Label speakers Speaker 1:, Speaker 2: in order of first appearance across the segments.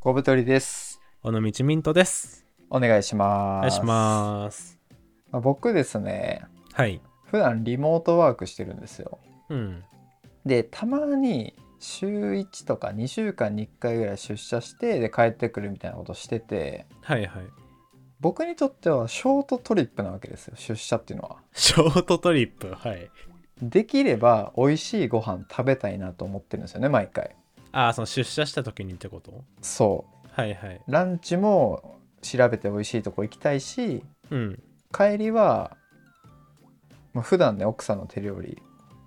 Speaker 1: 小太りです。
Speaker 2: 尾道ミントです。
Speaker 1: お願いします。
Speaker 2: お願いします。
Speaker 1: まあ僕ですね、
Speaker 2: はい。
Speaker 1: 普段リモートワークしてるんですよ。
Speaker 2: うん。
Speaker 1: で、たまに週1とか2週間に1回ぐらい出社して、で、帰ってくるみたいなことしてて、
Speaker 2: はいはい。
Speaker 1: 僕にとってはショートトリップなわけですよ、出社っていうのは。
Speaker 2: ショートトリップ。はい。
Speaker 1: できれば美味しいご飯食べたいなと思ってるんですよね、毎回。
Speaker 2: ああ、その出社した時にってこと
Speaker 1: そ
Speaker 2: はいはい。
Speaker 1: う。ランチも調べて美味しいとこ行きたいし、
Speaker 2: うん。
Speaker 1: 帰りは、まあ、普段ね奥さんの手料理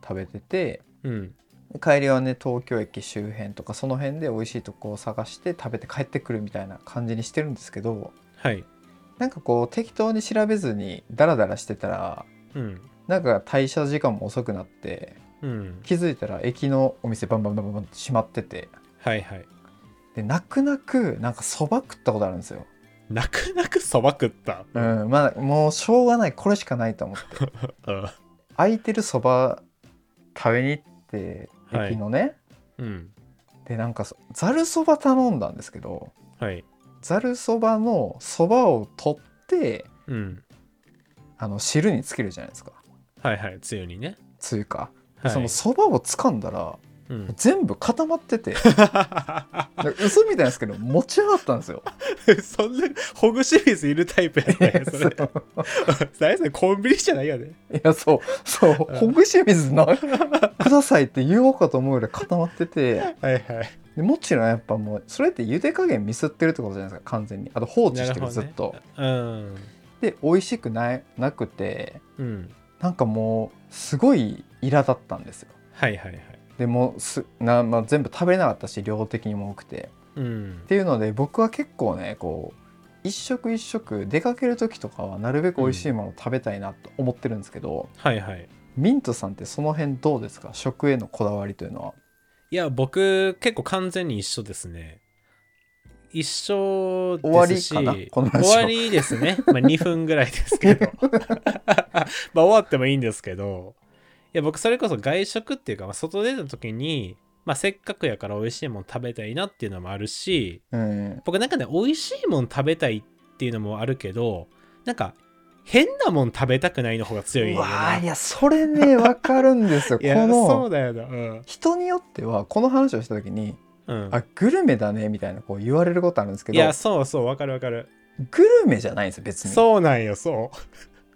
Speaker 1: 食べてて
Speaker 2: うん。
Speaker 1: 帰りはね東京駅周辺とかその辺で美味しいとこを探して食べて帰ってくるみたいな感じにしてるんですけど
Speaker 2: はい。
Speaker 1: なんかこう適当に調べずにダラダラしてたら
Speaker 2: うん。
Speaker 1: なんか退社時間も遅くなって
Speaker 2: うん。
Speaker 1: 気づいたら駅のお店バンバンバンバンバンって閉まってて
Speaker 2: はいはい。
Speaker 1: で泣く泣くなんかそば食ったことあるんですよ。
Speaker 2: 泣く泣くそば食った。
Speaker 1: う。んまあもうしょうがないこれしかないと思って
Speaker 2: うん。
Speaker 1: 空いてるそば食べに行って
Speaker 2: はい
Speaker 1: 駅のね、
Speaker 2: うん。
Speaker 1: でなんかそざるそば頼んだんですけど
Speaker 2: はい。
Speaker 1: ざるそばのそばを取って
Speaker 2: うん。
Speaker 1: あの汁につけるじゃないですか
Speaker 2: はいはい。つゆにね。
Speaker 1: つゆか、で
Speaker 2: はい。
Speaker 1: そのそばを掴んだら
Speaker 2: うん。
Speaker 1: 全部固まっててなんか嘘みたいなんです けど持ち上がったんですよ
Speaker 2: そんな、ほぐし水いるタイプやね。 それ。
Speaker 1: そう
Speaker 2: 大それコンビニじゃないよね。
Speaker 1: いやそうそう
Speaker 2: うん
Speaker 1: ほぐし水なくださいって言おうかと思うぐらい固まってて
Speaker 2: はいはい。
Speaker 1: でもちろんやっぱもうそれって茹で加減ミスってるってことじゃないですか完全にあと放置してる
Speaker 2: なるほどね
Speaker 1: ずっと
Speaker 2: うん。
Speaker 1: で美味しくないなくて
Speaker 2: うん。
Speaker 1: なんかもうすごい苛立ったんですよ
Speaker 2: はいはいはい。
Speaker 1: でもうすな、まあ、全部食べれなかったし量的にも多くて
Speaker 2: うん
Speaker 1: っ。ていうので僕は結構ねこう一食一食出かける時とかはなるべく美味しいものを食べたいなと思ってるんですけど、
Speaker 2: はいはい。
Speaker 1: ミントさんってその辺どうですか食へのこだわりというのはい
Speaker 2: や、僕、結構完全に一緒ですね。一緒
Speaker 1: 終わ
Speaker 2: で
Speaker 1: り
Speaker 2: すし、
Speaker 1: かなこの話は
Speaker 2: 終わりで すね。まあ、2分ぐらいですけど。 まあ、終わってもいいんですけど、いや、僕、それこそ外食っていうか、まあ、外出た時に、まあ、せっかくやから美味しいもん食べたいなっていうのもあるし、
Speaker 1: うん
Speaker 2: 僕なんかね、美味しいもん食べたいっていうのもあるけど、なんか、変なもん食べたくないの方が強いん
Speaker 1: う
Speaker 2: よ
Speaker 1: わ
Speaker 2: な
Speaker 1: ーいやそれねわかるんですよ
Speaker 2: いや、
Speaker 1: こ
Speaker 2: そう
Speaker 1: の
Speaker 2: だよな。うん。
Speaker 1: 人によってはこの話をした時に
Speaker 2: う
Speaker 1: 「
Speaker 2: ん
Speaker 1: あグルメだね」みたいなこう言われることあるんですけ
Speaker 2: い
Speaker 1: ど
Speaker 2: や、そうそう、わかるわかる。
Speaker 1: グルメじゃないんですよ別に。
Speaker 2: そうなんよ、そう。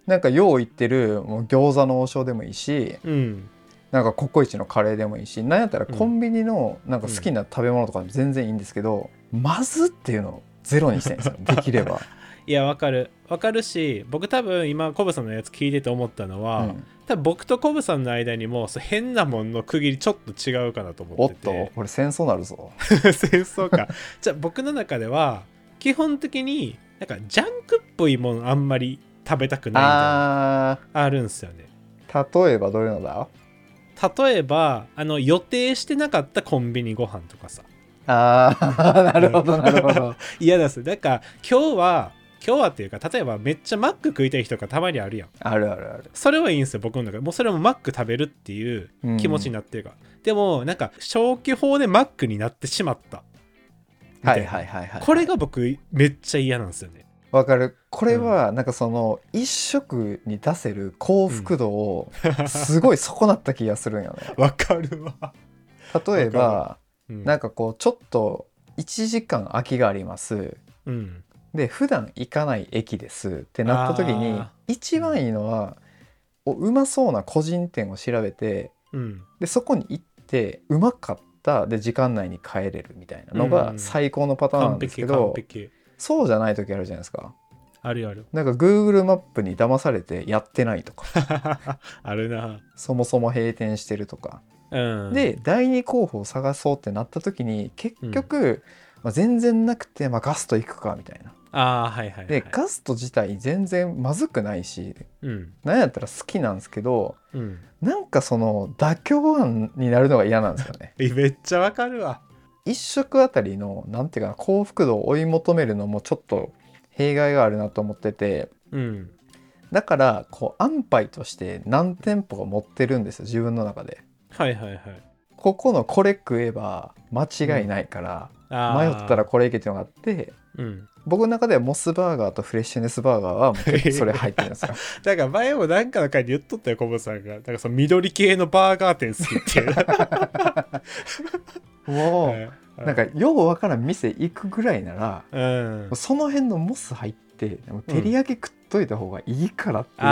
Speaker 1: なんかよう言ってるもう餃子の王将でもいいし
Speaker 2: うん。
Speaker 1: なんかココイチのカレーでもいいしなんやったら
Speaker 2: うん
Speaker 1: コンビニのなんか好きな食べ物とかでも全然いいんですけど、まずっていうのをゼロにしたいん ですよできれば、
Speaker 2: いや、わかる。わかるし、僕多分今、コブさんのやつ聞いてて思ったの
Speaker 1: う
Speaker 2: は、
Speaker 1: ん、
Speaker 2: 多分僕とコブさんの間にも、そう変なもんの区切りちょっと違うかなと思
Speaker 1: お
Speaker 2: っ
Speaker 1: ってと
Speaker 2: て。
Speaker 1: これ戦争なるぞ
Speaker 2: 戦争か。じゃあ僕の中では、基本的に、なんかジャンクっぽいもんあんまり食べたくないみたいな
Speaker 1: あ
Speaker 2: あるんすよね。
Speaker 1: ー例えばどういうのだ
Speaker 2: 例えば、あの、予定してなかったコンビニご飯とかさ。
Speaker 1: あー なるほどなるほ ど
Speaker 2: 嫌だっす。だから、今日は、今日はっていうか、例えばめっちゃマック食いたい日とかたまにあるやん。
Speaker 1: あるあるある、
Speaker 2: それはいいんですよ僕の中でもうそれもマック食べるっていう
Speaker 1: うん
Speaker 2: 気持ちになってるから、でもなんか消去法でマックになってしまったみた
Speaker 1: はいい
Speaker 2: な
Speaker 1: はいはいはい
Speaker 2: これが僕めっちゃ嫌なんですよね
Speaker 1: わかるこれはなんかその一食に出せる幸福度をすごい損なった気がするんよね
Speaker 2: わかるわ、
Speaker 1: 例え
Speaker 2: わ
Speaker 1: ば
Speaker 2: うん、
Speaker 1: なんかこうちょっと1時間空きがあります
Speaker 2: うん
Speaker 1: で普段行かない駅ですってなった時に
Speaker 2: あ
Speaker 1: 一番いいのはおうまそうな個人店を調べて
Speaker 2: うん
Speaker 1: でそこに行ってうまかったで時間内に帰れるみたいなのが
Speaker 2: うん
Speaker 1: 最高のパターンなん
Speaker 2: 完
Speaker 1: ですけ
Speaker 2: 璧
Speaker 1: ど、
Speaker 2: 完璧
Speaker 1: そうじゃない時あるじゃないですか。
Speaker 2: あるある
Speaker 1: なんか Google マップに騙されてやってないとか
Speaker 2: あるな
Speaker 1: そもそも閉店してるとか
Speaker 2: うん
Speaker 1: で第2候補を探そうってなった時に結局、まあ、全然なくて、まあ、ガスト行くかみたいな
Speaker 2: ああはいはい、はい、
Speaker 1: でガスト自体全然まずくないし
Speaker 2: うん
Speaker 1: なんやったら好きなんですけど
Speaker 2: うん
Speaker 1: なんかその妥協案になるのが嫌なんですよね
Speaker 2: えめっちゃわかるわ
Speaker 1: 一食あたりのなんていうかな幸福度を追い求めるのもちょっと弊害があるなと思ってて
Speaker 2: うん
Speaker 1: だからこう安牌として何店舗か持ってるんですよ自分の中で
Speaker 2: はいはいはい
Speaker 1: ここのこれ食えば間違いないから、
Speaker 2: ああ
Speaker 1: 迷
Speaker 2: ー
Speaker 1: ったらこれいけっていうのがあって
Speaker 2: うん
Speaker 1: 僕の中ではモスバーガーとフレッシュネスバーガー はもう結構 それ入ってるんですよ
Speaker 2: だから前もなんかの回で言っとったよ小本さんがなんかその緑系のバーガー店好きっていう
Speaker 1: も う
Speaker 2: う
Speaker 1: なんかようわからん店行くぐらいなら
Speaker 2: うん
Speaker 1: その辺のモス入ってもう照り焼き食っといた方がいいからっていうのが、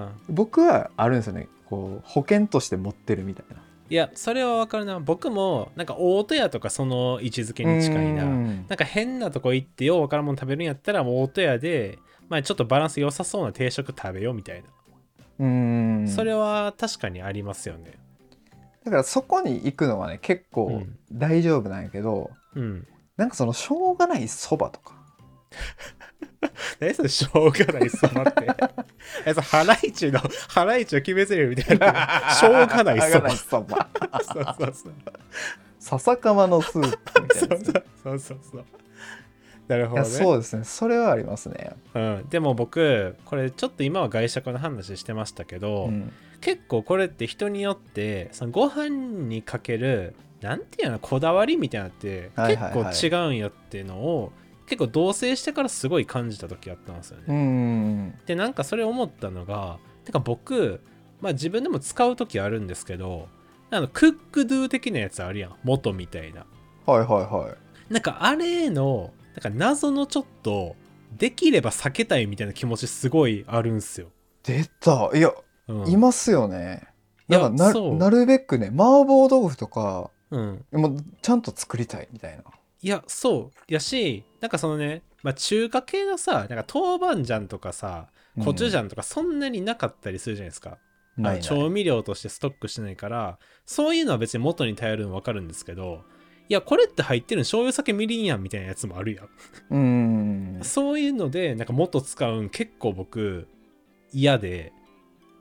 Speaker 2: ああ
Speaker 1: 僕はあるんですよねこう保険として持ってるみたいない
Speaker 2: やそれはわかるな僕もなんか大戸屋とかその位置づけに近いな
Speaker 1: うん
Speaker 2: なんか変なとこ行ってようわからんもん食べるんやったらもう大戸屋で、まあ、ちょっとバランス良さそうな定食食べようみたいな、
Speaker 1: うん
Speaker 2: それは確かにありますよね
Speaker 1: だからそこに行くのはね結
Speaker 2: う
Speaker 1: 構
Speaker 2: ん
Speaker 1: 大丈夫なんやけど、
Speaker 2: うん
Speaker 1: なんかそのしょうがないそばとか
Speaker 2: 何それしょうがないそばってえそれハライチのハライチを決めせるみたいなしょうがないそ ば
Speaker 1: そば
Speaker 2: そうそうそう
Speaker 1: 笹かまのスープみたいな
Speaker 2: そう
Speaker 1: やつ
Speaker 2: そうそうそうそうなるほ
Speaker 1: い
Speaker 2: ど
Speaker 1: や
Speaker 2: ね
Speaker 1: そうですねそれはありますね、
Speaker 2: うん、でも僕これちょっと今は外食の話してましたけど、
Speaker 1: うん
Speaker 2: 結構これって人によってそのご飯にかけるなんていうのこだわりみたいなのって
Speaker 1: はい
Speaker 2: 結
Speaker 1: はいはい
Speaker 2: 構違うんやっていうのを結構同棲してからすごい感じた時あったんですよね。
Speaker 1: うん
Speaker 2: でなんかそれ思ったのがてか僕、まあ、自分でも使う時あるんですけどあのクックドゥ的なやつあるやん元みたいな。
Speaker 1: はいはいはい
Speaker 2: なんかあれのなんか謎のちょっとできれば避けたいみたいな気持ちすごいあるんすよ。
Speaker 1: 出たいや
Speaker 2: うん、
Speaker 1: いますよね。
Speaker 2: いや
Speaker 1: なんかな
Speaker 2: そう
Speaker 1: なるべくね麻婆豆腐とか
Speaker 2: うん、
Speaker 1: もうちゃんと作りたいみたいな。
Speaker 2: いや、そう。やし、なんかそのね、まあ、中華系のさ、なんか豆板醤とかさ、コチュジ
Speaker 1: ャ
Speaker 2: ャンとかそんなになかったりするじゃないですか。
Speaker 1: ン
Speaker 2: あの調味料としてストックしてないから、そういうのは別に元に頼るの分かるんですけど、いや、これって入ってるの醤油酒みりんやんみたいなやつもあるやん。
Speaker 1: うん。
Speaker 2: そういうので、なんか元使うん結構僕、嫌で、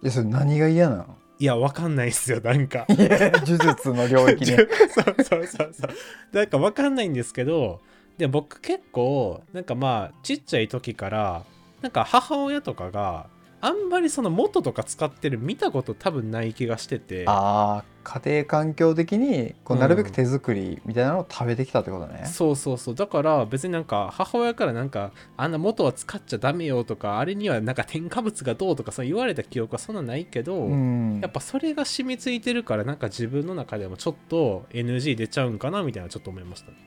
Speaker 1: いやそれ何が嫌なの？
Speaker 2: いや、分かんないっすよ、なんか。
Speaker 1: いや呪術の領域 ね。
Speaker 2: そうそうそうそうなんかわかんないんですけどで僕結構なんかまあちっちゃい時からなんか母親とかがあんまりその元とか使ってる見たこと多分ない気がしてて
Speaker 1: ああ家庭環境的にこう
Speaker 2: うん
Speaker 1: なるべく手作りみたいなのを食べてきたってことね。
Speaker 2: そうそうそうだから別になんか母親からなんかあんな元は使っちゃダメよとかあれにはなんか添加物がどうとかそう言われた記憶はそんなないけど、
Speaker 1: うん。
Speaker 2: やっぱそれが染みついてるからなんか自分の中でもちょっと NG 出ちゃうんかなみたいなちょっと思いましたね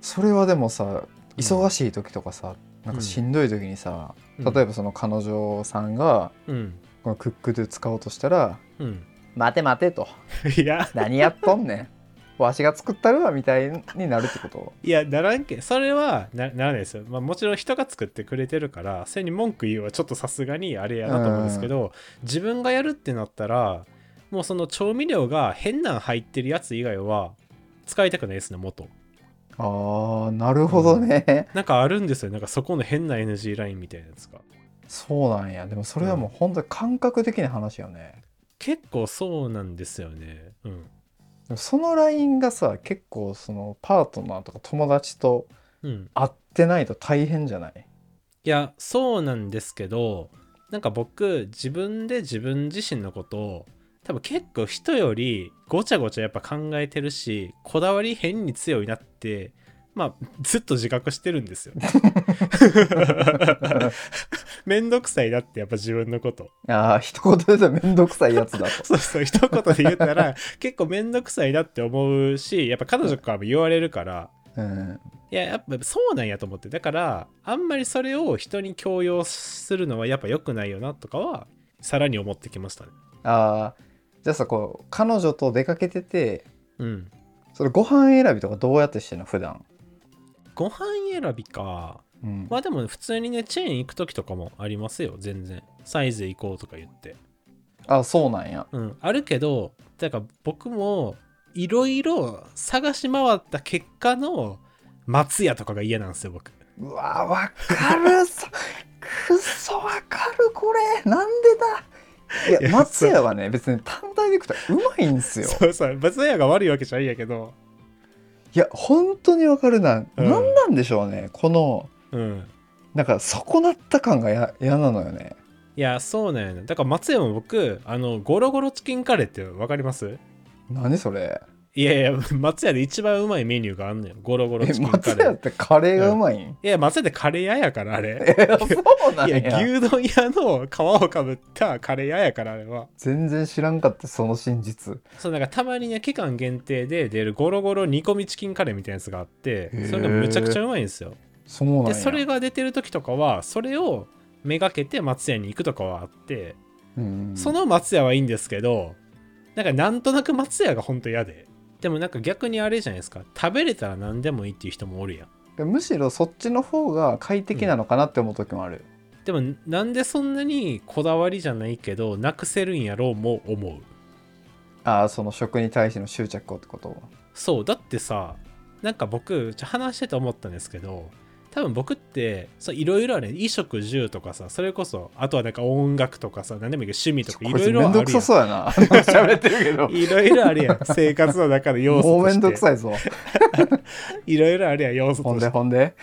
Speaker 1: それはでもさ忙しい時とかさ、なんかしんどい時にさ、
Speaker 2: うん
Speaker 1: 例えばその彼女さんが
Speaker 2: うん
Speaker 1: このクックドゥ使おうとしたら
Speaker 2: うん
Speaker 1: 「待て待て」と。
Speaker 2: いや
Speaker 1: 何やっとんねん わしが作ったるわみたいになるってこと
Speaker 2: いや、ならんけん。それはなならないですよ。まあ、もちろん人が作ってくれてるから、それに文句言うはちょっとさすがにあれやなと思うんですけど、自分がやるってなったら、もうその調味料が変なん入ってるやつ以外は使いたくないですね、元。
Speaker 1: あーなるほどね、
Speaker 2: なんかあるんですよ。なんかそこの変な NG ラインみたいなやつが。
Speaker 1: そうなんやでもそれはもう本当に感覚的な話よね
Speaker 2: 結構そうなんですよね。うん。
Speaker 1: でもそのラインがさ結構そのパートナーとか友達と
Speaker 2: うん。
Speaker 1: 会ってないと大変じゃない
Speaker 2: いやそうなんですけどなんか僕自分で自分自身のことを多分結構人よりごちゃごちゃやっぱ考えてるしこだわり変に強いなってまあずっと自覚してるんですよ。めんどくさいなってやっぱ自分のこと。
Speaker 1: ああ一言で言うと面倒くさいやつだと
Speaker 2: そうそう一言で言ったら結構めんどくさいなって思うしやっぱ彼女からも言われるから
Speaker 1: うん
Speaker 2: いややっぱそうなんやと思ってだからあんまりそれを人に強要するのはやっぱ良くないよなとかはさらに思ってきましたね
Speaker 1: ああじゃあさこう彼女と出かけてて
Speaker 2: うん
Speaker 1: それご飯選びとかどうやってしてんの普段、
Speaker 2: ご飯選びか
Speaker 1: うん
Speaker 2: まあでも普通にねチェーン行く時とかもありますよ全然サイズ行こうとか言って
Speaker 1: あそうなんや
Speaker 2: うんあるけどだから僕もいろいろ探し回った結果の松屋とかが嫌なんですよ僕
Speaker 1: うわわかるさくっそわかるこれなんでだい
Speaker 2: い
Speaker 1: や
Speaker 2: や
Speaker 1: 松屋はね別に単体で行くとうまいんですよ
Speaker 2: そうそう松屋が悪いわけじゃないんやけど
Speaker 1: いや本当にわかるな、
Speaker 2: うん
Speaker 1: なんなんでしょうねこの
Speaker 2: うん
Speaker 1: なんか損なった感がや嫌なのよね
Speaker 2: いや、そうなんやな。だから松山も僕、あの、ゴロゴロチキンカレーってわかります
Speaker 1: 何それ
Speaker 2: いやいや、松屋で一番うまいメニューがあんのよ。ゴロゴ
Speaker 1: え
Speaker 2: ロチキンカ
Speaker 1: 松
Speaker 2: レ
Speaker 1: 屋
Speaker 2: ー
Speaker 1: っ。てカレーがうまいん、
Speaker 2: いや、松屋でカレー屋やから、あれ。
Speaker 1: え そうなん
Speaker 2: い
Speaker 1: や
Speaker 2: や、牛丼屋の皮をかぶったカレー屋やから、あれは。
Speaker 1: 全然知らんかったその真実
Speaker 2: そう、なんかたまにね、期間限定で出るゴロゴロ煮込みチキンカレーみたいなやつがあって
Speaker 1: へ、ー
Speaker 2: それがむちゃくちゃうまいんですよ。
Speaker 1: そうなん
Speaker 2: で、
Speaker 1: や
Speaker 2: それが出てる時とかは、それをめがけて松屋に行くとかはあって、
Speaker 1: うん
Speaker 2: その松屋はいいんですけど、なんかなんとなく松屋がほんと嫌で。でもなんか逆にあれじゃないですか。食べれたら何でもいいっていう人もおるやん。
Speaker 1: むしろそっちの方が快適なのかなって思う時もある、
Speaker 2: でもなんでそんなにこだわりじゃないけどなくせるんやろうも思う
Speaker 1: ああその食に対しての執着をってこと
Speaker 2: そうだってさなんか僕ちょ話してて思ったんですけど多分僕ってそういろいろある衣食住とかさそれこそあとはなんか音楽とかさ何でもいいけど趣味とか
Speaker 1: こい
Speaker 2: いろ
Speaker 1: つ
Speaker 2: い
Speaker 1: め
Speaker 2: ろ
Speaker 1: ん
Speaker 2: あ
Speaker 1: ど
Speaker 2: る
Speaker 1: くさ
Speaker 2: や
Speaker 1: そうや な喋ってるけど
Speaker 2: んいろいろあるやん生活の中の要
Speaker 1: も
Speaker 2: 素
Speaker 1: う
Speaker 2: と
Speaker 1: めんど
Speaker 2: し
Speaker 1: く
Speaker 2: て
Speaker 1: さいぞ
Speaker 2: いろいろあるやん要素
Speaker 1: ほ
Speaker 2: と
Speaker 1: ん
Speaker 2: し
Speaker 1: で
Speaker 2: て
Speaker 1: ほんで、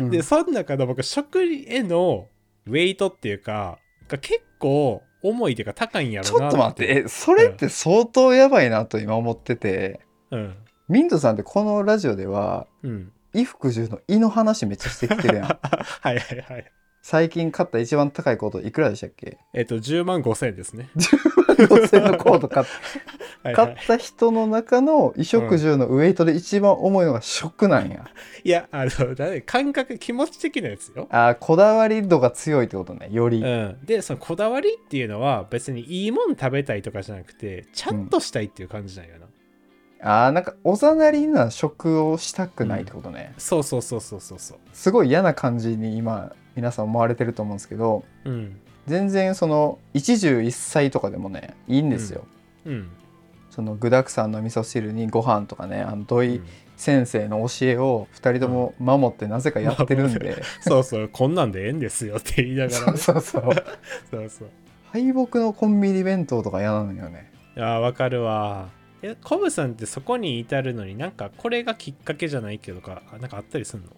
Speaker 1: うん
Speaker 2: でその中の僕食へのウェイトっていうかが結構重いっていうか高いんや
Speaker 1: ち
Speaker 2: ろう
Speaker 1: ょ
Speaker 2: な
Speaker 1: っと待ってえそれって相当やばいなと今思ってて、
Speaker 2: うん
Speaker 1: ミントさんってこのラジオでは
Speaker 2: うん
Speaker 1: 衣服従の「衣の話めっちゃしてきてるやん
Speaker 2: はいはいはい
Speaker 1: 最近買った一番高いコートいくらでしたっけ
Speaker 2: えっと、10万5千円で すね。
Speaker 1: 5000のコート買っ
Speaker 2: はいは
Speaker 1: 買っ
Speaker 2: い、
Speaker 1: た人の中の衣食住のウエイトで一番重いのが食なんや、
Speaker 2: いや、あの、だね感覚、気持ち的なやつよ。
Speaker 1: あーこだわり度が強いってことねより、
Speaker 2: うん、でそのこだわりっていうのは別にいいもん食べたいとかじゃなくてちゃんとしたいっていう感じなんよな、
Speaker 1: あーなんかおざなりな食をしたくないってことね、
Speaker 2: そうそうそうそうそうそう
Speaker 1: すごい嫌な感じに今皆さん思われてると思うんですけど
Speaker 2: うん
Speaker 1: 全然その一汁一菜とかでもねいいんですよ、
Speaker 2: うん
Speaker 1: その具沢山の味噌汁にご飯とかねあの土
Speaker 2: う
Speaker 1: 井
Speaker 2: ん
Speaker 1: 先生の教えを2人とも守ってなぜかやってるんで、
Speaker 2: そうそうこんなんでええんですよって言いなが ら
Speaker 1: そ
Speaker 2: ね
Speaker 1: うそうそう
Speaker 2: そうそう
Speaker 1: 敗北のコンビニ弁当とか嫌なのよね
Speaker 2: いやーわかるわえコブさんってそこに至るのになんかこれがきっかけじゃないけどかあなんかあったりすんの
Speaker 1: い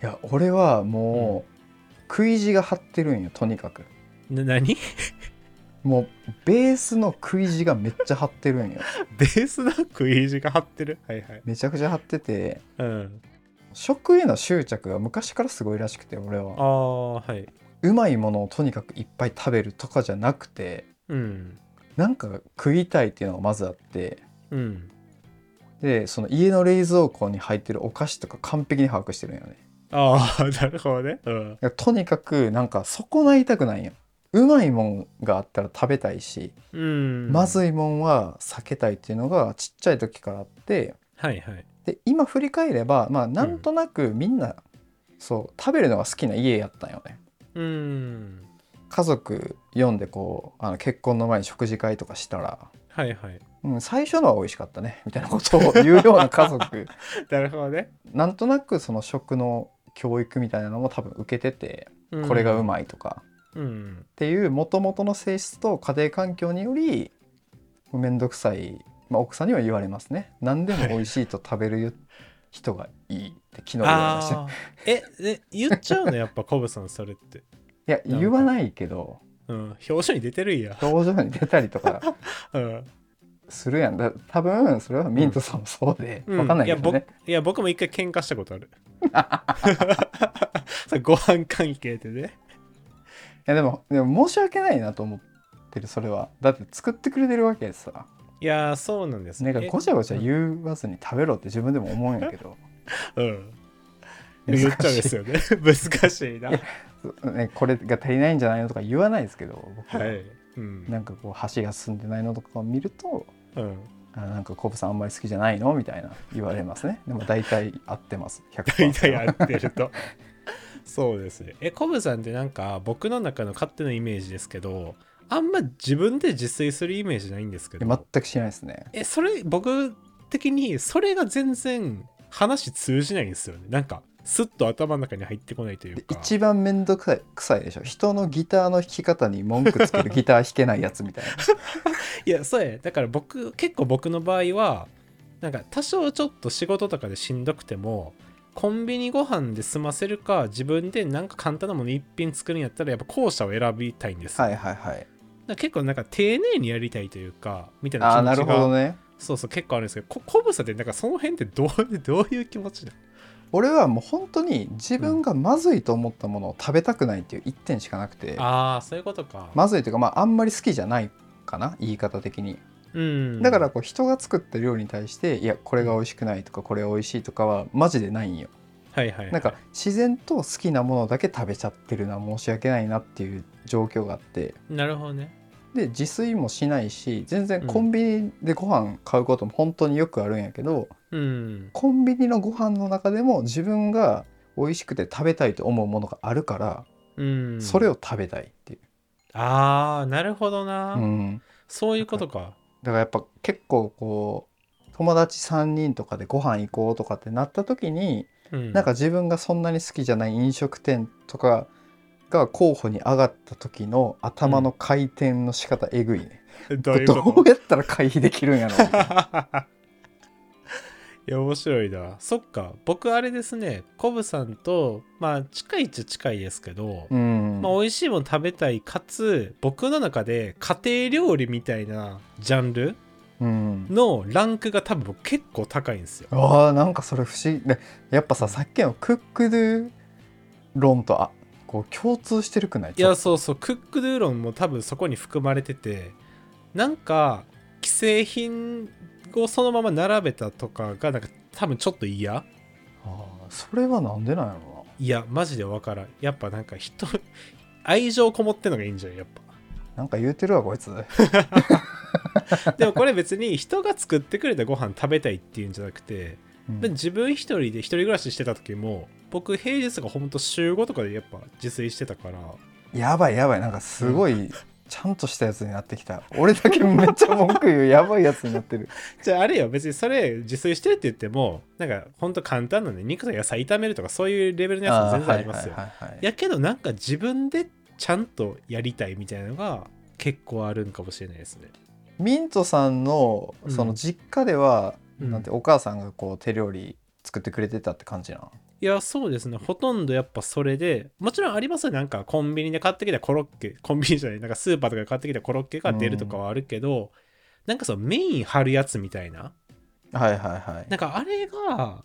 Speaker 1: や俺はもう、食い地が張ってるんよとにかく
Speaker 2: な何
Speaker 1: もうベースの食い地がめっちゃ張ってるんよ
Speaker 2: ベースの食い意地が張ってるはいはい
Speaker 1: めちゃくちゃ張ってて
Speaker 2: うん
Speaker 1: 食への執着が昔からすごいらしくて俺
Speaker 2: あ
Speaker 1: は
Speaker 2: あはいう
Speaker 1: まいものをとにかくいっぱい食べるとかじゃなくて
Speaker 2: うん
Speaker 1: なんか食いたいっていうのがまずあって
Speaker 2: うん
Speaker 1: でその家の冷蔵庫に入ってるお菓子とか完璧に把握してるんよね
Speaker 2: ああ なるほどねうん
Speaker 1: だからとにかくなんか損ないたくないんようまいもんがあったら食べたいし
Speaker 2: うん
Speaker 1: まずいもんは避けたいっていうのがちっちゃい時からあって
Speaker 2: はいはい
Speaker 1: で今振り返ればまあなんとなくみんな、そう食べるのが好きな家やったんよね
Speaker 2: うん
Speaker 1: 家族読んでこうあの結婚の前に食事会とかしたら、
Speaker 2: はいはい
Speaker 1: うん、最初のは美味しかったねみたいなことを言うような家 族
Speaker 2: なるほどね、
Speaker 1: なんとなくその食の教育みたいなのも多分受けててこれがう
Speaker 2: い
Speaker 1: まいとか、
Speaker 2: うん
Speaker 1: っていうもともとの性質と家庭環境により面倒くさい、まあ、奥さんには言われますね何でも美味しいと食べる人がいいって昨日言われましたい
Speaker 2: ああええ言っちゃうのやっぱコブさんそれって
Speaker 1: や言わないけど
Speaker 2: うん表情に出てるんや
Speaker 1: 表情に出たりとか
Speaker 2: うん
Speaker 1: するやんだ多分それはミントさんもそうで、
Speaker 2: う
Speaker 1: わかんないけ
Speaker 2: や
Speaker 1: ど
Speaker 2: 僕
Speaker 1: ね、
Speaker 2: いや僕も一回喧嘩したことあ るそうご飯関係でね
Speaker 1: いやでもでも申し訳ないなと思ってるそれはだって作ってくれてるわけでさ
Speaker 2: いやーそうなんです
Speaker 1: なんか
Speaker 2: え
Speaker 1: ごちゃごちゃ言わずに食べろって自分でも思うんやけ ど
Speaker 2: うん言っちゃうんですよね難しいない
Speaker 1: やね、これが足りないんじゃないのとか言わないですけど僕は
Speaker 2: はいうん
Speaker 1: なんかこう箸が進んでないのとかを見ると
Speaker 2: うん
Speaker 1: あなんかコブさんあんまり好きじゃないのみたいな言われますねでも大体合ってます100%
Speaker 2: 大体合ってるとそうですねえコブさんってなんか僕の中の勝手なイメージですけどあんま自分で自炊するイメージないんですけ
Speaker 1: い
Speaker 2: ど、
Speaker 1: や全くしないですね
Speaker 2: えそれ僕的にそれが全然話通じないんですよねなんかスッと頭の中に入ってこないという
Speaker 1: で
Speaker 2: か
Speaker 1: 一番面倒くさいくさいでしょ人のギターの弾き方に文句つ けるギター弾けないやつみたい
Speaker 2: いやそうやだから僕結構僕の場合はなんか多少ちょっと仕事とかでしんどくてもコンビニご飯で済ませるか自分でなんか簡単なもの一品作るんやったらやっぱ後者を選びたいんです
Speaker 1: な
Speaker 2: よ
Speaker 1: はいはいはい
Speaker 2: だから結構なんか丁寧にやりたいというかみたい
Speaker 1: あーな
Speaker 2: な気
Speaker 1: る
Speaker 2: 持ち
Speaker 1: ほど
Speaker 2: が
Speaker 1: ね
Speaker 2: そうそう結構あるんですけどこコブさってなんかその辺ってどう どういう気持ちだ
Speaker 1: 俺はもう本当に自分がまずいと思ったものを食べたくないっていう一点しかなくて、
Speaker 2: ああそういうことか、
Speaker 1: まずいというか、まあ、あんまり好きじゃないかな言い方的に
Speaker 2: うん
Speaker 1: だからこう人が作った料理に対していやこれが美味しくないとかこれ美味しいとかはマジでないんよ
Speaker 2: はいはいはい
Speaker 1: なんか自然と好きなものだけ食べちゃってるな申し訳ないなっていう状況があって
Speaker 2: なるほどね
Speaker 1: で自炊もしないし全然
Speaker 2: うん
Speaker 1: コンビニでご飯買うことも本当によくあるんやけど、
Speaker 2: うん
Speaker 1: コンビニのご飯の中でも自分が美味しくて食べたいと思うものがあるから、
Speaker 2: うん
Speaker 1: それを食べたいっていう、
Speaker 2: ああなるほどな、
Speaker 1: うん、
Speaker 2: そういうことか
Speaker 1: だからやっぱ結構こう友達3人とかでご飯行こうとかってなった時に、
Speaker 2: うん
Speaker 1: なんか自分がそんなに好きじゃない飲食店とかが候補に上がった時の頭の回転の仕方えぐいね、
Speaker 2: どういう
Speaker 1: ど
Speaker 2: こと
Speaker 1: うやったら回避できるんやろ う
Speaker 2: いや面白いなそっか僕あれですねコブさんとまあ近いっちゃ近いですけど、
Speaker 1: うん、
Speaker 2: まあ、美味しいもの食べたいかつ僕の中で家庭料理みたいなジャンル
Speaker 1: うん、
Speaker 2: のランクが多分僕結構高いんですよ
Speaker 1: あーなんかそれ不思議でやっぱささっきのクックドゥ論とあこう共通してるくない
Speaker 2: いやそうそうクックドゥーロンも多分そこに含まれててなんか既製品をそのまま並べたとかがなんか多分ちょっと嫌
Speaker 1: あーそれはなんでなんやろ
Speaker 2: いやマジでわからんやっぱなんか人愛情こもってんのがいいんじゃんやっ
Speaker 1: ななんか言うてるわこいつ
Speaker 2: ぱ でもこれ別に人が作ってくれたご飯食べたいっていうんじゃなくて
Speaker 1: うん
Speaker 2: で自分一人で一人暮らししてた時も僕平日がほんと週5とかでやっぱ自炊してたから
Speaker 1: やばいやばいなんかすごい、ちゃんとしたやつになってきた俺だけめっちゃ文句言うやばいやつになってる
Speaker 2: じゃああれよ別にそれ自炊してるって言ってもなんかほんと簡単なんで肉と野菜炒めるとかそういうレベルのやつも全然ありますよ、
Speaker 1: あーはいはいはいはい
Speaker 2: やけどなんか自分でちゃんとやりたいみたいなのが結構あるんかもしれないですね
Speaker 1: ミントさんの
Speaker 2: うん
Speaker 1: その実家では、
Speaker 2: うん
Speaker 1: なんてお母さんがこう手料理作ってくれてたって感じなの
Speaker 2: いやそうですねほとんどやっぱそれでもちろんありますよなんかコンビニで買ってきたコロッケコンビニじゃないなんかスーパーとかで買ってきたコロッケが出るとかはあるけど、なんかそのメイン張るやつみたいな
Speaker 1: はいはいはい
Speaker 2: なんかあれが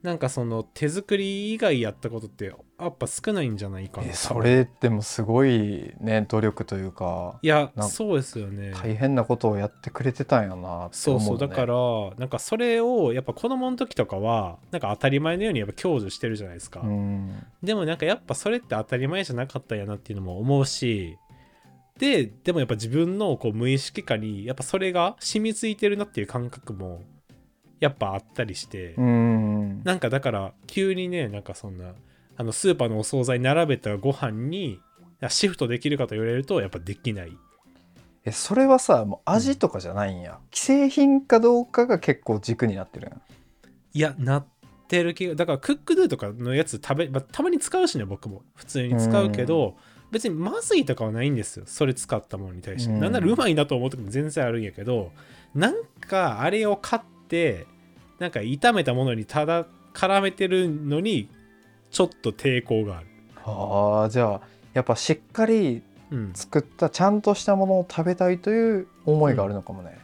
Speaker 2: なんかその手作り以外やったことってやっぱ少ないんじゃないかな
Speaker 1: えそれでもすごいね努力というか
Speaker 2: いや
Speaker 1: なんか
Speaker 2: そうですよね
Speaker 1: 大変なことをやってくれてたんやなって思う、ね、
Speaker 2: そうそうだからなんかそれをやっぱ子供の時とかはなんか当たり前のようにやっぱ享受してるじゃないですか、
Speaker 1: うん
Speaker 2: でもなんかやっぱそれって当たり前じゃなかったんやなっていうのも思うしででもやっぱ自分のこう無意識下にやっぱそれが染みついてるなっていう感覚もやっぱあったりして、
Speaker 1: うん
Speaker 2: なんかだから急にねなんかそんなあのスーパーのお惣菜並べたご飯にシフトできるかと言われるとやっぱできない
Speaker 1: えそれはさもう味とかじゃないんや、既製品かどうかが結構軸になってるんや
Speaker 2: いやなってる気がだからクックドゥとかのやつ食べ、まあたまに使うしね僕も普通に使うけど、別にまずいとかはないんですよそれ使ったものに対して、
Speaker 1: うん
Speaker 2: なんならうまいなと思う時も全然あるんやけどなんかあれを買ってなんか炒めたものにただ絡めてるのにちょっと抵抗がある、
Speaker 1: あーじゃあやっぱしっかり
Speaker 2: うん、
Speaker 1: 作ったちゃんとしたものを食べたいという思いがあるのかもね、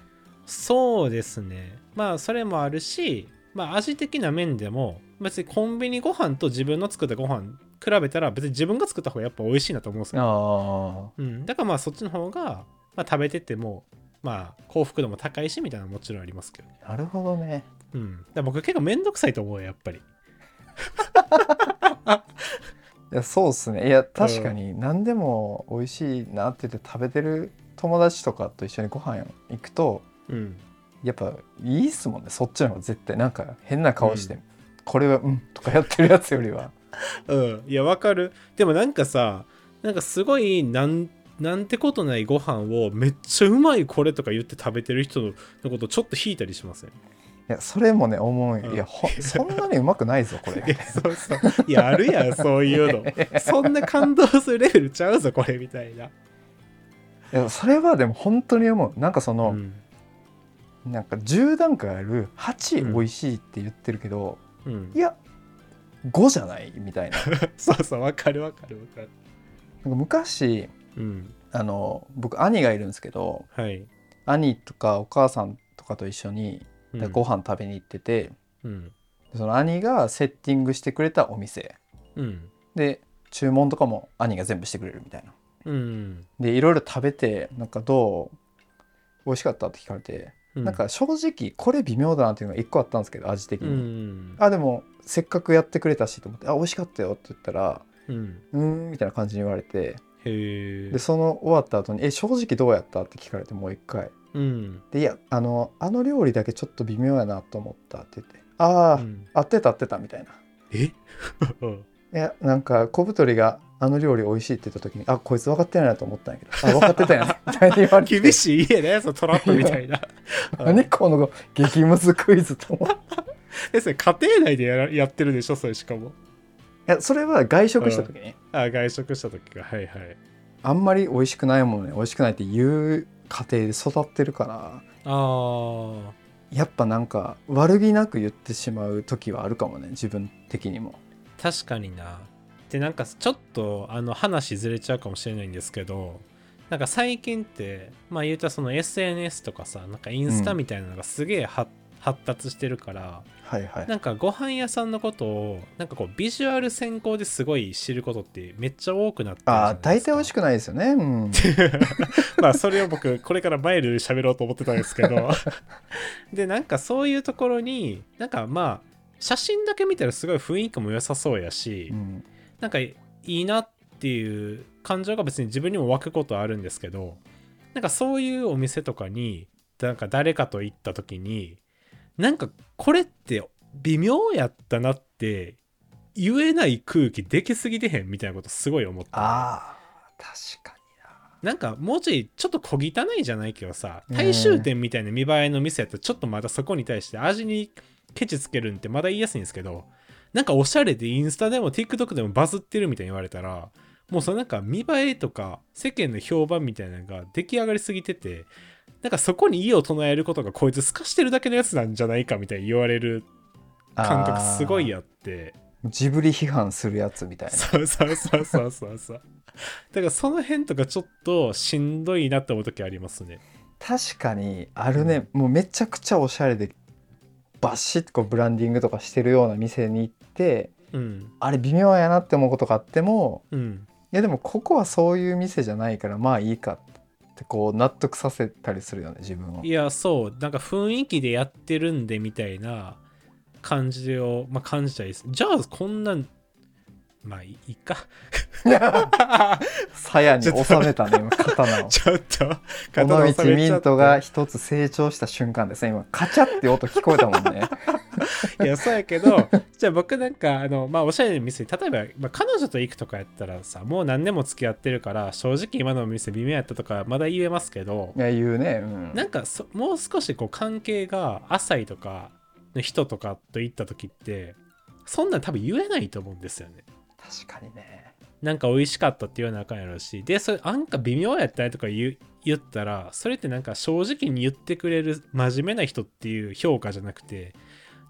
Speaker 2: そうですねまあそれもあるしまあ味的な面でも別にコンビニご飯と自分の作ったご飯比べたら別に自分が作った方がやっぱ美味しいなと思うんですよ、
Speaker 1: あ
Speaker 2: うん、だからまあそっちの方が、まあ、食べててもまあ幸福度も高いしみたいなのももちろんありますけどね
Speaker 1: あなるほどね
Speaker 2: うんだから僕結構めんどくさいと思うよやっぱり
Speaker 1: いやそうっすねいや確かに何でも美味しいなって言って食べてる友達とかと一緒にご飯行くと
Speaker 2: うん
Speaker 1: やっぱいいっすもんねそっちの方が絶対なんか変な顔して、これはうんとかやってるやつより は
Speaker 2: うんいやわかるでもなんかさなんかすごいなんなんてことないご飯をめっちゃうまいこれとか言って食べてる人のことちょっと引いたりしません
Speaker 1: いやそれもね思うんよ、
Speaker 2: うん
Speaker 1: いやほんそんなにうまくないぞこ れ
Speaker 2: いや そうそういやあるやんそういう のそんな感動するレベルちゃうぞこれみたいな、
Speaker 1: いやそれはでも本当に思うなんかその、
Speaker 2: うん
Speaker 1: なんか10段階ある
Speaker 2: う
Speaker 1: 8
Speaker 2: ん
Speaker 1: 美味しいって言ってるけど、
Speaker 2: うん
Speaker 1: いや5じゃないみたいななんか
Speaker 2: そうそうわかるわかるわかる
Speaker 1: 昔
Speaker 2: うん
Speaker 1: あの僕兄がいるんですけど
Speaker 2: はい
Speaker 1: 兄とかお母さんとかと一緒に
Speaker 2: うん
Speaker 1: ご飯食べに行ってて、
Speaker 2: うん
Speaker 1: でその兄がセッティングしてくれたお店
Speaker 2: うん
Speaker 1: で注文とかも兄が全部してくれるみたいな
Speaker 2: うん
Speaker 1: でいろいろ食べてなんかどう美味しかったって聞かれて、
Speaker 2: うん
Speaker 1: なんか正直これ微妙だなっていうのが1個あったんですけど味的
Speaker 2: う
Speaker 1: に、
Speaker 2: ん
Speaker 1: あでもせっかくやってくれたしと思って「あ美味しかったよ」って言ったら
Speaker 2: うん
Speaker 1: 「うーん」みたいな感じに言われて
Speaker 2: へえ
Speaker 1: でその終わった後に「え正直どうやった?」って聞かれてもう一回
Speaker 2: うん
Speaker 1: で「いやあのあの料理だけちょっと微妙やなと思った」って言って「ああ、
Speaker 2: うん
Speaker 1: 合ってた合ってた」みたいな
Speaker 2: え
Speaker 1: いやなんか小太りがあの料理美味しいって言った時に「あこいつ分かってないな」と思ったんやけど「あ分かってたんや な」みたいに言われて
Speaker 2: 厳しい家ねそのトラップみ たいな
Speaker 1: 何この激ムズクイズと思ってい
Speaker 2: えそれ家庭内でやらやってるでしょそれしかも
Speaker 1: やそれは外食した時に
Speaker 2: あ外食した時がはいはい
Speaker 1: あんまり美味しくないものに美味しくないって言う家庭で育ってるから
Speaker 2: ああ
Speaker 1: やっぱなんか悪気なく言ってしまう時はあるかもね自分的にも
Speaker 2: 確かになでなんかちょっとあの話ずれちゃうかもしれないんですけどなんか最近ってまあ言うたらその SNS とかさなんかインスタみたいなのがすげえは発達してるから、
Speaker 1: はいはい
Speaker 2: なんかご飯屋さんのことをなんかこうビジュアル先行ですごい知ることってめっちゃ多くなってるじ
Speaker 1: あ
Speaker 2: ゃな
Speaker 1: あ大
Speaker 2: いですか
Speaker 1: 体美味しくないですよねうん
Speaker 2: まあそれを僕これからマイルで喋ろうと思ってたんですけど でなんかそういうところになんかまあ写真だけ見たらすごい雰囲気も良さそうやし、
Speaker 1: うん
Speaker 2: なんかいいなっていう感情が別に自分にも湧くことはあるんですけどなんかそういうお店とかになんか誰かと行った時になんかこれって微妙やったなって言えない空気できすぎてへんみたいなことすごい思った
Speaker 1: ああ確か
Speaker 2: なんかもうちょいちょっと小汚いじゃないけどさ大衆店みたいな見栄えの店やったらちょっとまたそこに対して味にケチつけるんってまだ言いやすいんですけどなんかおしゃれでインスタでも TikTok でもバズってるみたいに言われたらもうそのなんか見栄えとか世間の評判みたいなのが出来上がりすぎててなんかそこに異を唱えることがこいつ透かしてるだけのやつなんじゃないかみたいに言われる
Speaker 1: にな
Speaker 2: 感覚すごい
Speaker 1: あ
Speaker 2: あって。
Speaker 1: ージブリ批判するやつみたいな
Speaker 2: そうそうそうそうそうそう。だからその辺とかちょっとしんどいなって思う時ありますね。
Speaker 1: 確かにあるね、もうめちゃくちゃおしゃれでバシッとこうブランディングとかしてるような店に行って
Speaker 2: うん。
Speaker 1: あれ微妙やなって思うことがあっても
Speaker 2: うん。
Speaker 1: いやでもここはそういう店じゃないからまあいいかってこう納得させたりするよね自分を
Speaker 2: いや、そう、なんか雰囲気でやってるんでみたいな感じを、まあ、感じたりです。じゃあ、こんなん、まあ、いいか。
Speaker 1: 鞘に収めたね今刀を
Speaker 2: ちょっと、
Speaker 1: 尾
Speaker 2: 刀
Speaker 1: 道
Speaker 2: 収め
Speaker 1: ミ
Speaker 2: ちゃ
Speaker 1: ン
Speaker 2: った
Speaker 1: トが一つ成長した瞬間ですね今カチャって音聞こえたもんね
Speaker 2: いや、そうやけど、じゃあ僕なんか、あの、まあ、おしゃれな店に、例えば、まあ、彼女と行くとかやったらさ、もう何年も付き合ってるから、正直今のお店微妙やったとか、まだ言えますけど
Speaker 1: い、や言うねうん
Speaker 2: なんかそもう少しこう関係が浅いとかの人とかと行った時ってそんなん多分言えないと思うんですよね。
Speaker 1: 確かにね
Speaker 2: なんか美味しかったって言わなあかんやろうしでそれあんか微妙やったねとか言う言ったらそれってなんか正直に言ってくれる真面目な人っていう評価じゃなくて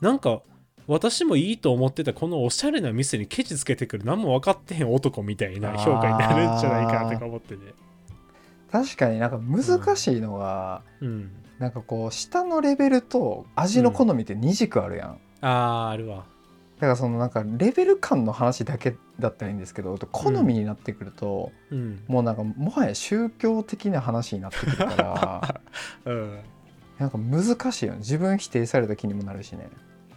Speaker 2: なんか私もいいと思ってたこのおしゃれな店にケチつけてくる何も分かってへん男みたいな評価になるんじゃないかなとか思ってね。
Speaker 1: 確かになんか難しいのが、
Speaker 2: うん、
Speaker 1: なんかこう下のレベルと味の好みって二軸あるやん、
Speaker 2: あーあるわ。
Speaker 1: だからそのなんかレベル感の話だけだったらいいんですけど好みになってくると、
Speaker 2: うん。
Speaker 1: もうなんかもはや宗教的な話になってくるから
Speaker 2: うん
Speaker 1: なんか難しいよね自分否定された気にもなるしね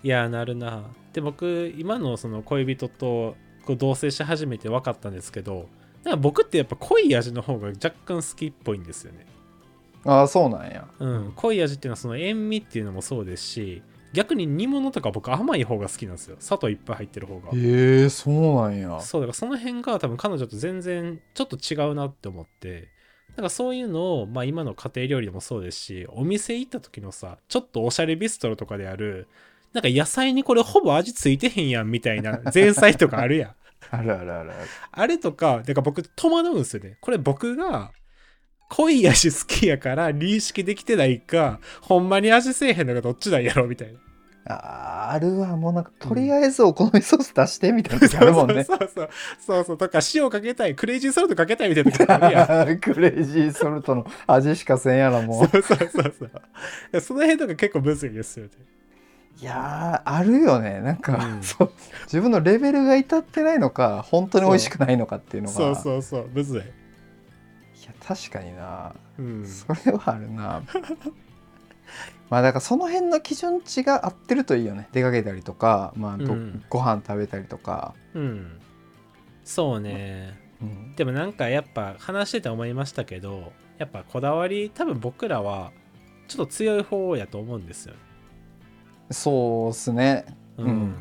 Speaker 2: いやーなるなで僕今のその恋人とこう同棲し始めて分かったんですけどなんか僕ってやっぱ濃い味の方が若干好きっぽいんですよね、
Speaker 1: ああそうなんや
Speaker 2: うん濃い味っていうのはその塩味っていうのもそうですし逆に煮物とか僕甘い方が好きなんですよ砂糖いっぱい入ってる方が
Speaker 1: えー、そうなんや
Speaker 2: そうだからその辺が多分彼女と全然ちょっと違うなって思ってなんかそういうのを、まあ、今の家庭料理でもそうですしお店行った時のさちょっとおしゃれビストロとかであるなんか野菜にこれほぼ味ついてへんやんみたい な前菜とかあるやん
Speaker 1: あるあるあるある
Speaker 2: あれとかだから僕戸惑うんですよねこれ僕が濃い味好きやから認識できてないかほんまに味せえへんのがどっちなんやろみたいな
Speaker 1: あーあるわもうなんかとりあえずお好みソース出してみた いな時あ
Speaker 2: そう
Speaker 1: る
Speaker 2: そ
Speaker 1: もん
Speaker 2: う
Speaker 1: ね。
Speaker 2: そうそうそうそうとか塩かけたいクレイジーソルトかけたいみたいな時あるや ん
Speaker 1: クレイジーソルトの味しかせんやろも
Speaker 2: そうう。そうそう そうその辺とか結構物理ですよね
Speaker 1: いやーあるよねなんか、
Speaker 2: うん
Speaker 1: そう自分のレベルが至ってないのか本当に美味しくないのかっていうのが
Speaker 2: そう
Speaker 1: い
Speaker 2: そうそう物理
Speaker 1: や確かにな、
Speaker 2: うん
Speaker 1: それはあるな まあだからその辺の基準値が合ってるといいよね出かけたりとか、まあど
Speaker 2: うん
Speaker 1: ご飯食べたりとか、
Speaker 2: うんそうね
Speaker 1: うん
Speaker 2: でもなんかやっぱ話してて思いましたけどやっぱこだわり多分僕らはちょっと強い方やと思うんですよ
Speaker 1: そうっすねうん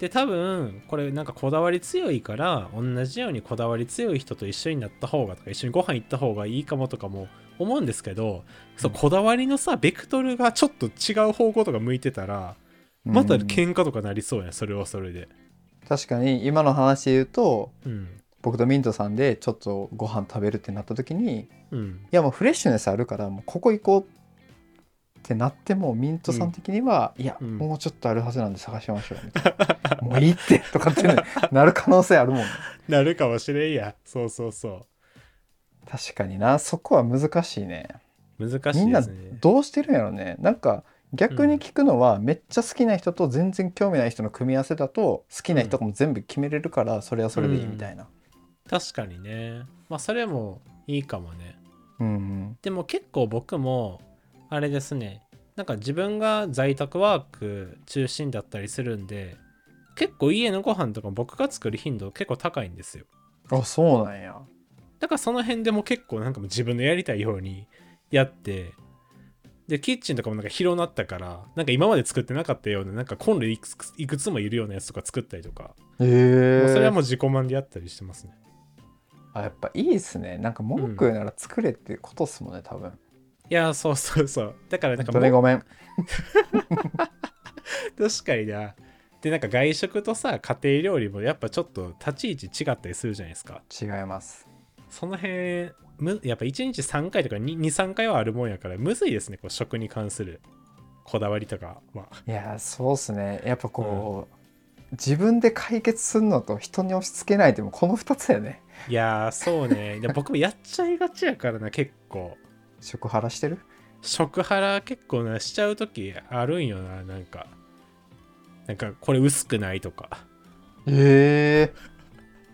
Speaker 2: で多分これなんかこだわり強いから同じようにこだわり強い人と一緒になった方がとか一緒にご飯行った方がいいかもとかも思うんですけど、そう
Speaker 1: うん
Speaker 2: こだわりのさベクトルがちょっと違う方向とか向いてたらまた
Speaker 1: うん
Speaker 2: 喧嘩とかなりそうやんそれはそれで
Speaker 1: 確かに今の話で言うと
Speaker 2: うん
Speaker 1: 僕とミントさんでちょっとご飯食べるってなった時にい
Speaker 2: うん
Speaker 1: やもうフレッシュネスあるからもうここ行こうってなってもミントさん的には、いや、
Speaker 2: うん
Speaker 1: もうちょっとあるはずなんで探しましょうみたいなもういいってとかってねなる可能性あるもんね
Speaker 2: なるかもしれんやそうそうそ
Speaker 1: 確かになそこは難しいね
Speaker 2: う難し
Speaker 1: み
Speaker 2: い
Speaker 1: ん
Speaker 2: で
Speaker 1: な
Speaker 2: すね
Speaker 1: どうしてるんやろねなんか逆に聞くのは、めっちゃ好きな人と全然興味ない人の組み合わせだと好きな人も全部決めれるから、それはそれでいいみたいな。
Speaker 2: 確かにねまあそれもいいかもね
Speaker 1: うん
Speaker 2: でも結構僕もあれですねなんか自分が在宅ワーク中心だったりするんで結構家のご飯とか僕が作る頻度結構高いんですよ
Speaker 1: うん、あそうなんや。
Speaker 2: だからその辺でも結構なんかもう自分のやりたいようにやってでキッチンとかもなんか広なったからなんか今まで作ってなかったようななんかコンロいくついくつもいるようなやつとか作ったりとか、
Speaker 1: え
Speaker 2: もう
Speaker 1: ー、
Speaker 2: それはもう自己満でやったりしてますね
Speaker 1: あやっぱいいっすねなんか文句言うなら作れってことっすもんね多分
Speaker 2: いやーそうそうそうだからなんか
Speaker 1: 本当に
Speaker 2: もう
Speaker 1: ごめん
Speaker 2: 確かになでなんか外食とさ家庭料理もやっぱちょっと立ち位置違ったりするじゃないですか
Speaker 1: 違います
Speaker 2: その辺むやっぱ1日3回とか23回はあるもんやからむずいですねこう食に関するこだわりとかはい
Speaker 1: やーそうっすねやっぱこう、自分で解決するのと人に押し付けないでもこの2つやね
Speaker 2: いやーそうねで僕もやっちゃいがちやからな結構
Speaker 1: 食ハラしてる
Speaker 2: 食ハラ結構なしちゃう時あるんよななんかなんかこれ薄くないとか
Speaker 1: ええ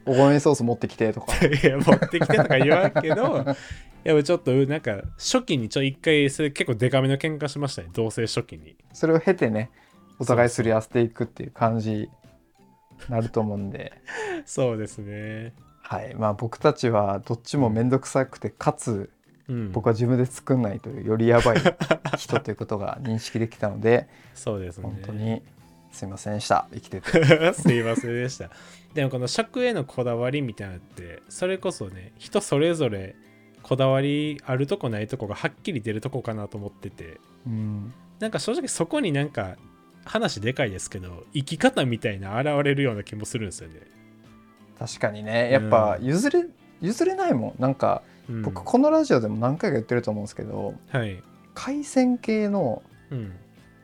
Speaker 1: お好みソース持ってきてとか
Speaker 2: いや持ってきてとか言わんけど やっぱちょっとなんか初期にちょ一回それ結構デカめの喧嘩しましたね同棲初期に
Speaker 1: それを経てねお互いすり合わせていくっていう感じになると思うんで
Speaker 2: そうですね
Speaker 1: はいまあ僕たちはどっちも面倒くさくてかつ
Speaker 2: うん
Speaker 1: 僕は自分で作んないというよりやばい人ということが認識できたので
Speaker 2: そうですね
Speaker 1: 本当にすいませんでした生きてて
Speaker 2: すいませんでしたでもこの食へのこだわりみたいなのってそれこそね人それぞれこだわりあるとこないとこがはっきり出るとこかなと思ってて
Speaker 1: うん
Speaker 2: なんか正直そこになんか話でかいですけど生き方みたいな現れるような気もするんですよね、
Speaker 1: 確かにねやっぱ
Speaker 2: うん
Speaker 1: 譲れ譲れないもんなんか
Speaker 2: うん、
Speaker 1: 僕このラジオでも何回か言ってると思うんですけど
Speaker 2: はい
Speaker 1: 海鮮系の
Speaker 2: うん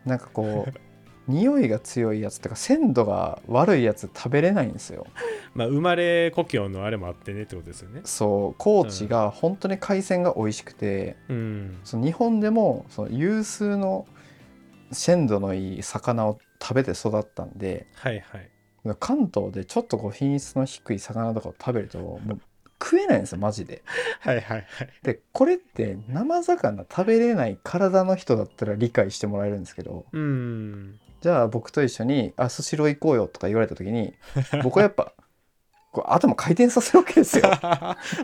Speaker 1: なんかこ う匂いが強いやつとか鮮度が悪いやつ食べれないんですよ
Speaker 2: まあ生まれ故郷のあれもあってねってことですよね
Speaker 1: そう高知が本当に海鮮が美味しくて、
Speaker 2: うん
Speaker 1: その日本でもその有数の鮮度のいい魚を食べて育ったんで、
Speaker 2: はいはい
Speaker 1: 関東でちょっとこう品質の低い魚とかを食べるともう食えないんですよマジで。
Speaker 2: はいはいはい
Speaker 1: でこれって生魚食べれない体の人だったら理解してもらえるんですけど
Speaker 2: うん
Speaker 1: じゃあ僕と一緒に「あスシロー行こうよ」とか言われた時に 僕はやっぱこう頭回転させるわけです よ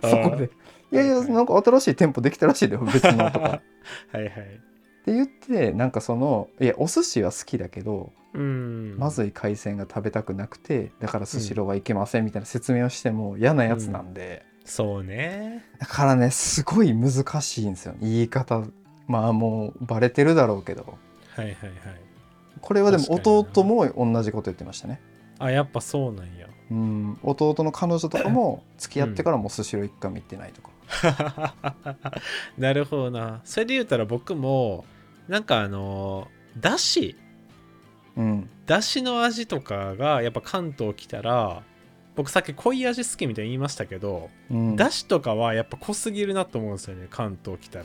Speaker 1: そこで。いやいや
Speaker 2: はいはい
Speaker 1: なんか新しい店舗できたらしいで別のとか。
Speaker 2: はいはい。
Speaker 1: って言ってなんかそのいやお寿司は好きだけど
Speaker 2: うん。
Speaker 1: まずい海鮮が食べたくなくてだからスシローは行けませんみたいな説明をしても嫌なやつなんで、
Speaker 2: そうね。
Speaker 1: だからねすごい難しいんですよ言い方まあもうバレてるだろうけど
Speaker 2: はいはいはい。
Speaker 1: これはでも
Speaker 2: 確かにな
Speaker 1: 弟も同じこと言ってましたね
Speaker 2: あ、やっぱそうなんや。
Speaker 1: うん弟の彼女とかも付き合ってからもうスシロー一回も行ってないとか、
Speaker 2: なるほどな。それで言うたら僕も、なんかあの、だし
Speaker 1: うん
Speaker 2: だしの味とかがやっぱ関東来たら僕さっき濃い味好きみたいに言いましたけど、
Speaker 1: うん
Speaker 2: だしとかはやっぱ濃すぎるなと思うんですよね関東来たら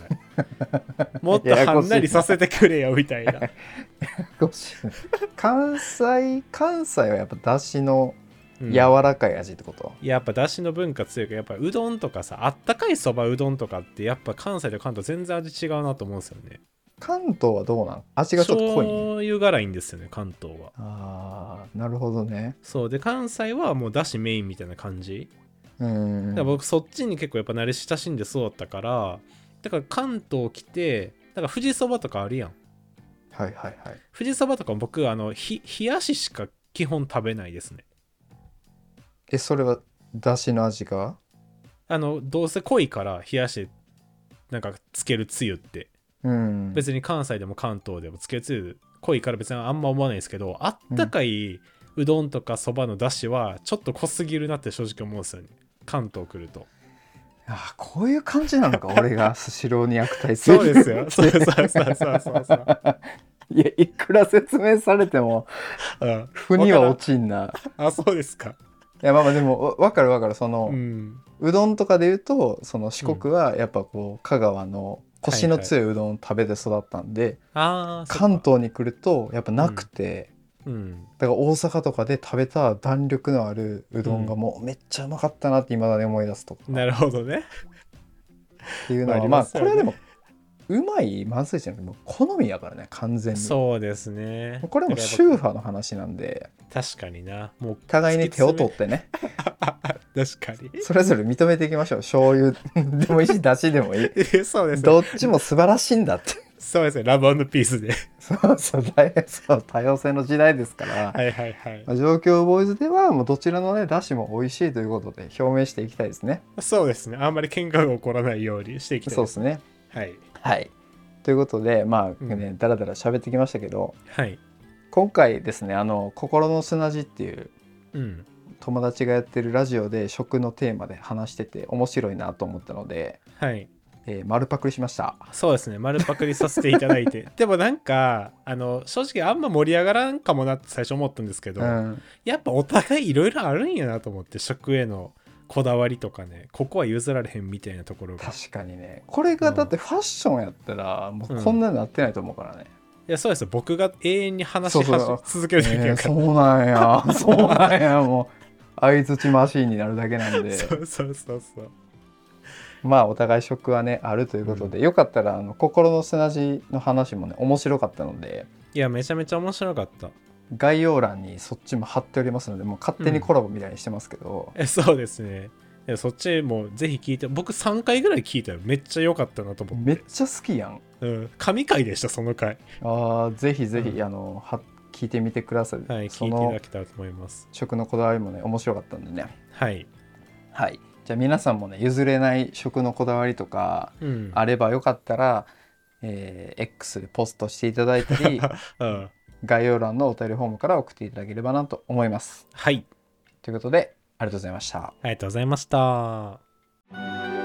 Speaker 2: もっとはんなりさせてくれよみたいな
Speaker 1: ごし 関西関西はやっぱだしの
Speaker 2: うん
Speaker 1: 柔らかい味ってこと、
Speaker 2: やっぱだしの文化強いからやっぱうどんとかさあったかいそばうどんとかってやっぱ関西と関東全然味違うなと思うんですよね
Speaker 1: 関東はどうなん味がちょっと濃い、ね、
Speaker 2: 醤油辛いんですよね関東は
Speaker 1: あーなるほどね
Speaker 2: そうで関西はもうだしメインみたいな感じ
Speaker 1: うん
Speaker 2: だから僕そっちに結構やっぱ慣れ親しんでそうだったからだから関東来てだから富士そばとかあるやん
Speaker 1: はいはいはい
Speaker 2: 富士そばとかも僕あのひ冷やししか基本食べないですね
Speaker 1: えそれはだしの味が
Speaker 2: あのどうせ濃いから冷やしなんかつけるつゆって
Speaker 1: うん
Speaker 2: 別に関西でも関東でもつけつゆ濃いから別にあんま思わないですけどあったかいうどんとかそばのだしはちょっと濃すぎるなって正直思うんですよね関東来ると
Speaker 1: あーこういう感じなのか俺がスシローに悪態つい
Speaker 2: そ
Speaker 1: て
Speaker 2: う
Speaker 1: る
Speaker 2: ですよ そうそうそうそうそうそう、
Speaker 1: いやいくら説明されても
Speaker 2: うん、
Speaker 1: 腑には落ちんな
Speaker 2: あそうですか
Speaker 1: いやまあまあでもわ分かる分かるその、
Speaker 2: う
Speaker 1: うんどんとかで言うとその四国はやっぱこう香川の腰の強いうどんを食べて育ったんで、
Speaker 2: ああ
Speaker 1: 関東に来るとやっぱなくて、
Speaker 2: うん
Speaker 1: だから大阪とかで食べた弾力のあるうどんがもうめっちゃうまかったなって今だに思い出すとか
Speaker 2: なるほどね
Speaker 1: っていうのは、
Speaker 2: まあ
Speaker 1: まあ
Speaker 2: あります
Speaker 1: こ
Speaker 2: よ
Speaker 1: れは
Speaker 2: ね
Speaker 1: でもうまいまずいじゃなくてもう好みやからね完全に
Speaker 2: そうですね
Speaker 1: これはもう宗派の話なんで
Speaker 2: 確かになもう
Speaker 1: 互いに手を取ってね
Speaker 2: 確かに
Speaker 1: それぞれ認めていきましょう醤油 でもいいしだしでもいい
Speaker 2: えそう ですね
Speaker 1: どっちも素晴らしいんだって
Speaker 2: そうですねラブピースで
Speaker 1: そうそう大そう多様性の時代ですから、
Speaker 2: はいはいはい
Speaker 1: まあ状況ボーイズではもうどちらのねだしも美味しいということで表明していきたいですね
Speaker 2: そうですねあんまり喧嘩が起こらないようにしていきたい
Speaker 1: そう
Speaker 2: で
Speaker 1: ですすね
Speaker 2: はい
Speaker 1: はいということでまあ
Speaker 2: う
Speaker 1: ねだらだら喋ってきましたけど、
Speaker 2: はい
Speaker 1: 今回ですねあの「心の砂地」っていう
Speaker 2: うん
Speaker 1: 友達がやってるラジオで食のテーマで話してて面白いなと思ったので、
Speaker 2: はい
Speaker 1: えー丸パクリしました
Speaker 2: そうですね丸パクリさせていただいて でもなんかあの正直あんま盛り上がらんかもなって最初思ったんですけど、
Speaker 1: うん
Speaker 2: やっぱお互いいろいろあるんやなと思って食へのこだわりとかねここは譲られへんみたいなところが
Speaker 1: 確かにねこれがだってファッションやったらもうこんなになってないと思うからね、
Speaker 2: いやそうですよ僕が永遠に話
Speaker 1: そう
Speaker 2: し
Speaker 1: そう
Speaker 2: はし続けるだけ
Speaker 1: え
Speaker 2: や
Speaker 1: ー
Speaker 2: か
Speaker 1: そ
Speaker 2: ら、
Speaker 1: うなんや そうなんやもう相づちマシーンになるだけなんで
Speaker 2: そうそうそうそう
Speaker 1: まあお互い食はねあるということで、よかったらあの心の砂地の話もね面白かったので
Speaker 2: いやめちゃめちゃ面白かった
Speaker 1: 概要欄にそっちも貼っておりますのでもう勝手にコラボみたいにしてますけど、
Speaker 2: えそうですねいやそっちもぜひ聞いて僕3回ぐらい聞いたよめっちゃ良かったなと思って
Speaker 1: めっちゃ好きやん
Speaker 2: うん、神回でしたその回
Speaker 1: あーぜひぜひ、
Speaker 2: うん
Speaker 1: あのは聞いてみてください、
Speaker 2: はい
Speaker 1: そ
Speaker 2: 聞いていた
Speaker 1: の
Speaker 2: だけたらと思います
Speaker 1: 食のこだわりもね面白かったんでね
Speaker 2: はい
Speaker 1: はいじゃあ皆さんもね譲れない食のこだわりとか
Speaker 2: うん
Speaker 1: あればよかったら、えー X でポストしていただいた り
Speaker 2: うん
Speaker 1: 概要欄のお便りフォームから送っていただければなと思います
Speaker 2: はい
Speaker 1: ということでありがとうございました
Speaker 2: ありがとうございました